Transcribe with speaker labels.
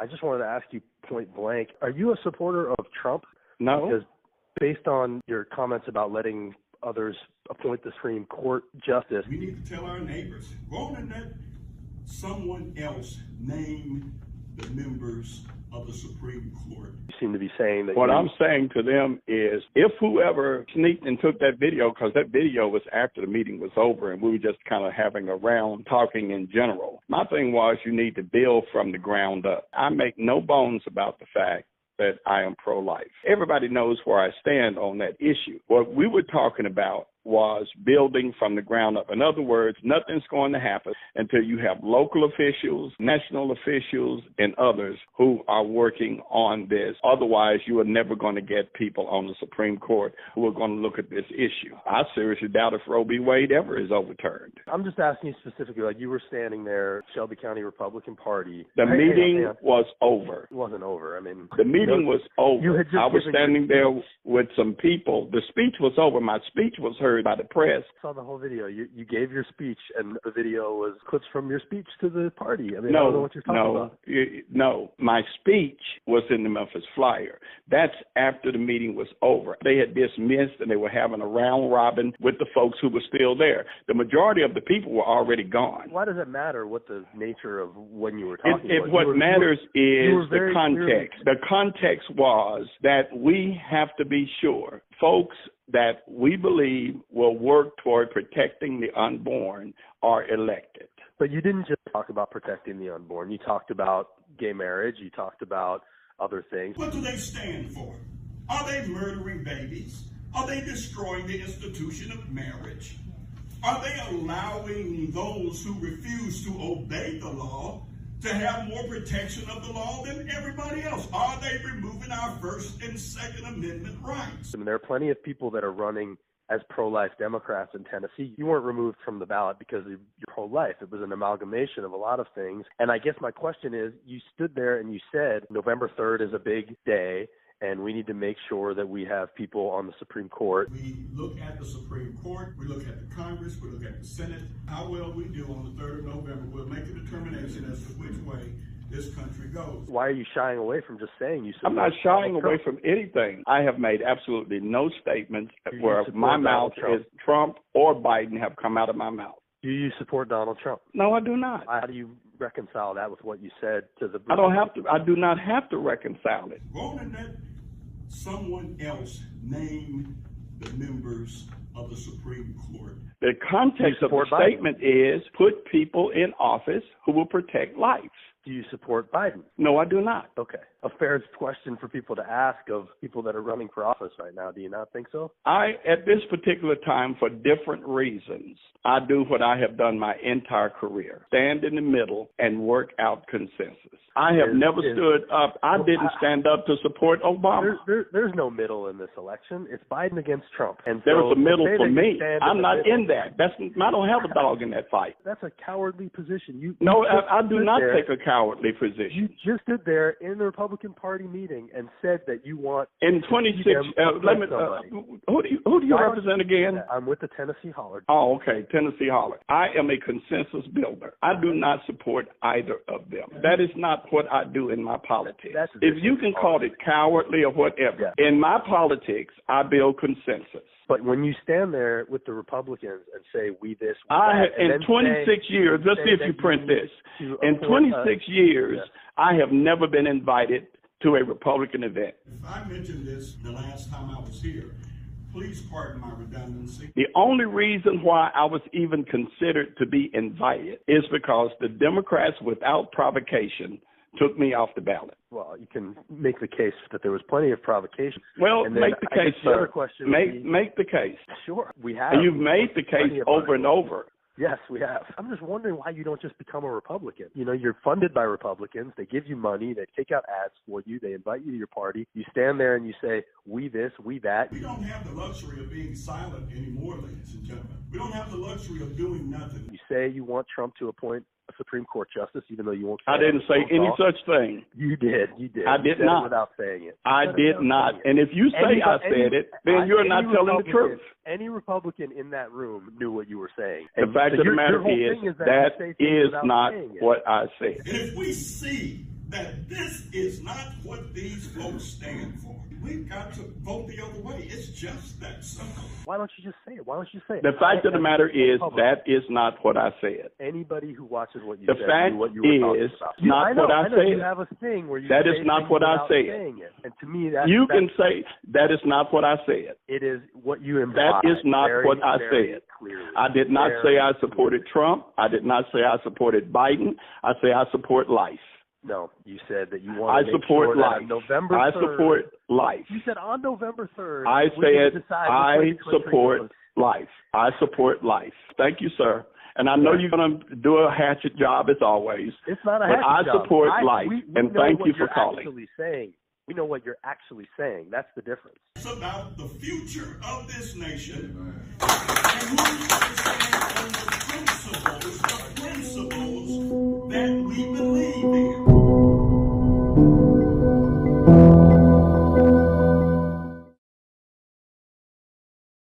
Speaker 1: I just wanted to ask you point blank: Are you a supporter of Trump?
Speaker 2: No.
Speaker 1: Because based on your comments about letting others appoint the Supreme Court justice,
Speaker 3: We need to tell our neighbors, go and let someone else name the members of the Supreme Court.
Speaker 1: you seem to be saying that.
Speaker 2: What
Speaker 1: you,
Speaker 2: I'm saying to them is if whoever sneaked and took that video, because that video was after the meeting was over and we were just kind of having a round talking in general. My thing was you need to build from the ground up. I make no bones about the fact that I am pro life. Everybody knows where I stand on that issue. What we were talking about was building from the ground up. In other words, nothing's going to happen until you have local officials, national officials, and others who are working on this. Otherwise, you are never going to get people on the Supreme Court who are going to look at this issue. I seriously doubt if Roe v. Wade ever is overturned.
Speaker 1: I'm just asking you specifically. Like you were standing there, Shelby County Republican Party.
Speaker 2: The
Speaker 1: Hey, hang on,
Speaker 2: meeting
Speaker 1: hang on.
Speaker 2: was over.
Speaker 1: It wasn't over. I mean,
Speaker 2: The meeting was over.
Speaker 1: You had just
Speaker 2: I
Speaker 1: given
Speaker 2: was
Speaker 1: your
Speaker 2: standing there with some people. The speech was over. My speech was heard by the press.
Speaker 1: I saw the whole video. You you gave your speech, and the video was clips from your speech to the party. I mean, I don't know
Speaker 2: No,
Speaker 1: what you're talking
Speaker 2: no,
Speaker 1: about.
Speaker 2: y- no. My speech was in the Memphis Flyer. That's after the meeting was over. They had dismissed and they were having a round robin with the folks who were still there. The majority of the people were already gone.
Speaker 1: Why does it matter what the nature of when you were talking?
Speaker 2: It, it,
Speaker 1: was?
Speaker 2: what
Speaker 1: You were- you were-
Speaker 2: matters
Speaker 1: you were
Speaker 2: is the
Speaker 1: very
Speaker 2: context. The context was that we have to be sure folks that we believe will work toward protecting the unborn are elected.
Speaker 1: But you didn't just talk about protecting the unborn. You talked about gay marriage. You talked about other things.
Speaker 3: What do they stand for? Are they murdering babies? Are they destroying the institution of marriage? Are they allowing those who refuse to obey the law to have more protection of the law than everybody else? Are they removing our First and Second Amendment rights?
Speaker 1: I mean, there are plenty of people that are running as pro-life Democrats in Tennessee. You weren't removed from the ballot because of your whole life. It was an amalgamation of a lot of things. And I guess my question is, you stood there and you said November 3rd is a big day and we need to make sure that we have people on the Supreme Court.
Speaker 3: We look at the Supreme Court, we look at the Congress, we look at the Senate. How well we do on the 3rd of November, we'll make a determination as to which way this country goes.
Speaker 1: Why are you shying away from just saying you support
Speaker 2: I'm not shying
Speaker 1: Donald
Speaker 2: away
Speaker 1: Trump?
Speaker 2: from anything. I have made absolutely no statements
Speaker 1: You
Speaker 2: where
Speaker 1: support
Speaker 2: my
Speaker 1: Donald
Speaker 2: mouth
Speaker 1: Trump.
Speaker 2: is Trump or Biden have come out of my mouth.
Speaker 1: Do you support Donald Trump?
Speaker 2: No, I do not.
Speaker 1: How do you reconcile that with what you said to the
Speaker 2: I don't have to. I do not have to reconcile it.
Speaker 3: Go and let someone else name the members of the Supreme Court.
Speaker 2: The context
Speaker 1: You
Speaker 2: of the
Speaker 1: support Biden.
Speaker 2: statement is put people in office who will protect life.
Speaker 1: Do you support Biden?
Speaker 2: No, I do not.
Speaker 1: Okay. A fair question for people to ask of people that are running for office right now. Do you not think so?
Speaker 2: I, at this particular time, for different reasons, I do what I have done my entire career stand in the middle and work out consensus. I have
Speaker 1: Is-
Speaker 2: never
Speaker 1: is-
Speaker 2: stood up, I
Speaker 1: Well,
Speaker 2: didn't
Speaker 1: I-
Speaker 2: stand up to support Obama.
Speaker 1: There, there, there's no middle in this election. It's Biden against Trump. And
Speaker 2: There
Speaker 1: so
Speaker 2: was a
Speaker 1: to
Speaker 2: middle
Speaker 1: say
Speaker 2: for
Speaker 1: that you
Speaker 2: me.
Speaker 1: stand
Speaker 2: I'm
Speaker 1: the
Speaker 2: not
Speaker 1: middle-
Speaker 2: in that. That's I don't have a dog in that fight.
Speaker 1: That's a cowardly position. You
Speaker 2: No,
Speaker 1: you just
Speaker 2: I, I do
Speaker 1: stood
Speaker 2: not
Speaker 1: there,
Speaker 2: take a cowardly
Speaker 1: You
Speaker 2: position.
Speaker 1: just stood there in the Republican Party meeting and said that you want.
Speaker 2: In 26,
Speaker 1: Yeah,
Speaker 2: uh, let me. Uh,
Speaker 1: somebody.
Speaker 2: who do you who do you
Speaker 1: Why don't
Speaker 2: represent again?
Speaker 1: I'm with the Tennessee Holler.
Speaker 2: Oh, okay. Tennessee Holler. I am a consensus builder. I do not support either of them. That is not what I do in my politics.
Speaker 1: That's-
Speaker 2: if you can call it cowardly or whatever, in my politics, I build consensus.
Speaker 1: But when you stand there with the Republicans and say we this, we
Speaker 2: I
Speaker 1: that, and
Speaker 2: in
Speaker 1: then
Speaker 2: 26 years, let's
Speaker 1: say
Speaker 2: see if
Speaker 1: that
Speaker 2: you print
Speaker 1: you uh,
Speaker 2: this.
Speaker 1: say to
Speaker 2: In
Speaker 1: appoint us-
Speaker 2: 26 years,
Speaker 1: Yes.
Speaker 2: I have never been invited to a Republican event.
Speaker 3: If I mentioned this the last time I was here, please pardon my redundancy.
Speaker 2: The only reason why I was even considered to be invited is because the Democrats, without provocation, took me off the ballot.
Speaker 1: Well, you can make the case that there was plenty of provocation.
Speaker 2: Well,
Speaker 1: And then
Speaker 2: make the
Speaker 1: I guess
Speaker 2: case,
Speaker 1: the
Speaker 2: sir.
Speaker 1: other question would
Speaker 2: make
Speaker 1: be-
Speaker 2: make the case.
Speaker 1: Sure, we have.
Speaker 2: And you've made the
Speaker 1: plenty
Speaker 2: case
Speaker 1: of
Speaker 2: over and over.
Speaker 1: Yes, we have. I'm just wondering why you don't just become a Republican. You know, you're funded by Republicans. They give you money. They take out ads for you. They invite you to your party. You stand there and you say, we this, we that.
Speaker 3: We don't have the luxury of being silent anymore, ladies and gentlemen. We don't have the luxury of doing nothing.
Speaker 1: You say you want Trump to appoint a Supreme Court justice, even though you won't.
Speaker 2: I didn't say any
Speaker 1: such.
Speaker 2: such thing.
Speaker 1: You did. You did.
Speaker 2: I
Speaker 1: You
Speaker 2: did
Speaker 1: said it
Speaker 2: not.
Speaker 1: without saying it.
Speaker 2: I
Speaker 1: You said it
Speaker 2: did
Speaker 1: without
Speaker 2: not.
Speaker 1: saying it.
Speaker 2: And if you say
Speaker 1: Any-
Speaker 2: I
Speaker 1: any-
Speaker 2: said it, then
Speaker 1: I-
Speaker 2: you're
Speaker 1: any
Speaker 2: not telling the
Speaker 1: Republican-
Speaker 2: truth.
Speaker 1: Any Republican in that room knew what you were saying.
Speaker 2: The
Speaker 1: And so
Speaker 2: fact of the
Speaker 1: your- your
Speaker 2: matter
Speaker 1: whole
Speaker 2: is
Speaker 1: thing is that,
Speaker 2: that
Speaker 1: you say things
Speaker 2: is
Speaker 1: without
Speaker 2: not
Speaker 1: saying it.
Speaker 2: what I said.
Speaker 3: And if we see that this is not what these folks stand for. We've got to vote the other way. It's just that simple.
Speaker 1: Why don't you just say it? Why don't you say it?
Speaker 2: The fact of the matter is
Speaker 1: Public.
Speaker 2: that is not what I said.
Speaker 1: anybody who watches what you
Speaker 2: The
Speaker 1: said
Speaker 2: fact
Speaker 1: knew what you were talking
Speaker 2: is
Speaker 1: about.
Speaker 2: not
Speaker 1: I know,
Speaker 2: what I
Speaker 1: know, You
Speaker 2: said.
Speaker 1: have a thing where you
Speaker 2: That is
Speaker 1: say
Speaker 2: not
Speaker 1: things
Speaker 2: what I
Speaker 1: without
Speaker 2: said.
Speaker 1: saying it. And to me, that
Speaker 2: You
Speaker 1: that-
Speaker 2: can say that is not what I said.
Speaker 1: it is what you implied.
Speaker 2: is not
Speaker 1: very,
Speaker 2: what I
Speaker 1: very
Speaker 2: said.
Speaker 1: Clearly.
Speaker 2: I did not
Speaker 1: Very
Speaker 2: say I supported Trump. I did not say I supported Biden. I say I support life.
Speaker 1: No, you said that you
Speaker 2: I
Speaker 1: want to make
Speaker 2: support
Speaker 1: sure that
Speaker 2: life.
Speaker 1: on November.
Speaker 2: I
Speaker 1: 3rd
Speaker 2: support life.
Speaker 1: You said on November third.
Speaker 2: I said
Speaker 1: decide
Speaker 2: I
Speaker 1: which way the country
Speaker 2: support
Speaker 1: goes.
Speaker 2: life. I support life. Thank you, sir. And I know
Speaker 1: Yeah.
Speaker 2: you're going to do a hatchet job as always.
Speaker 1: It's not a
Speaker 2: But
Speaker 1: hatchet
Speaker 2: I
Speaker 1: job.
Speaker 2: support
Speaker 1: I,
Speaker 2: life,
Speaker 1: we, we
Speaker 2: and
Speaker 1: know
Speaker 2: thank
Speaker 1: what
Speaker 2: you for
Speaker 1: you're
Speaker 2: calling.
Speaker 1: Actually saying, we know what you're actually saying. That's the difference.
Speaker 3: It's about the future of this nation. And we need to stand on the principles, the principles that we believe in.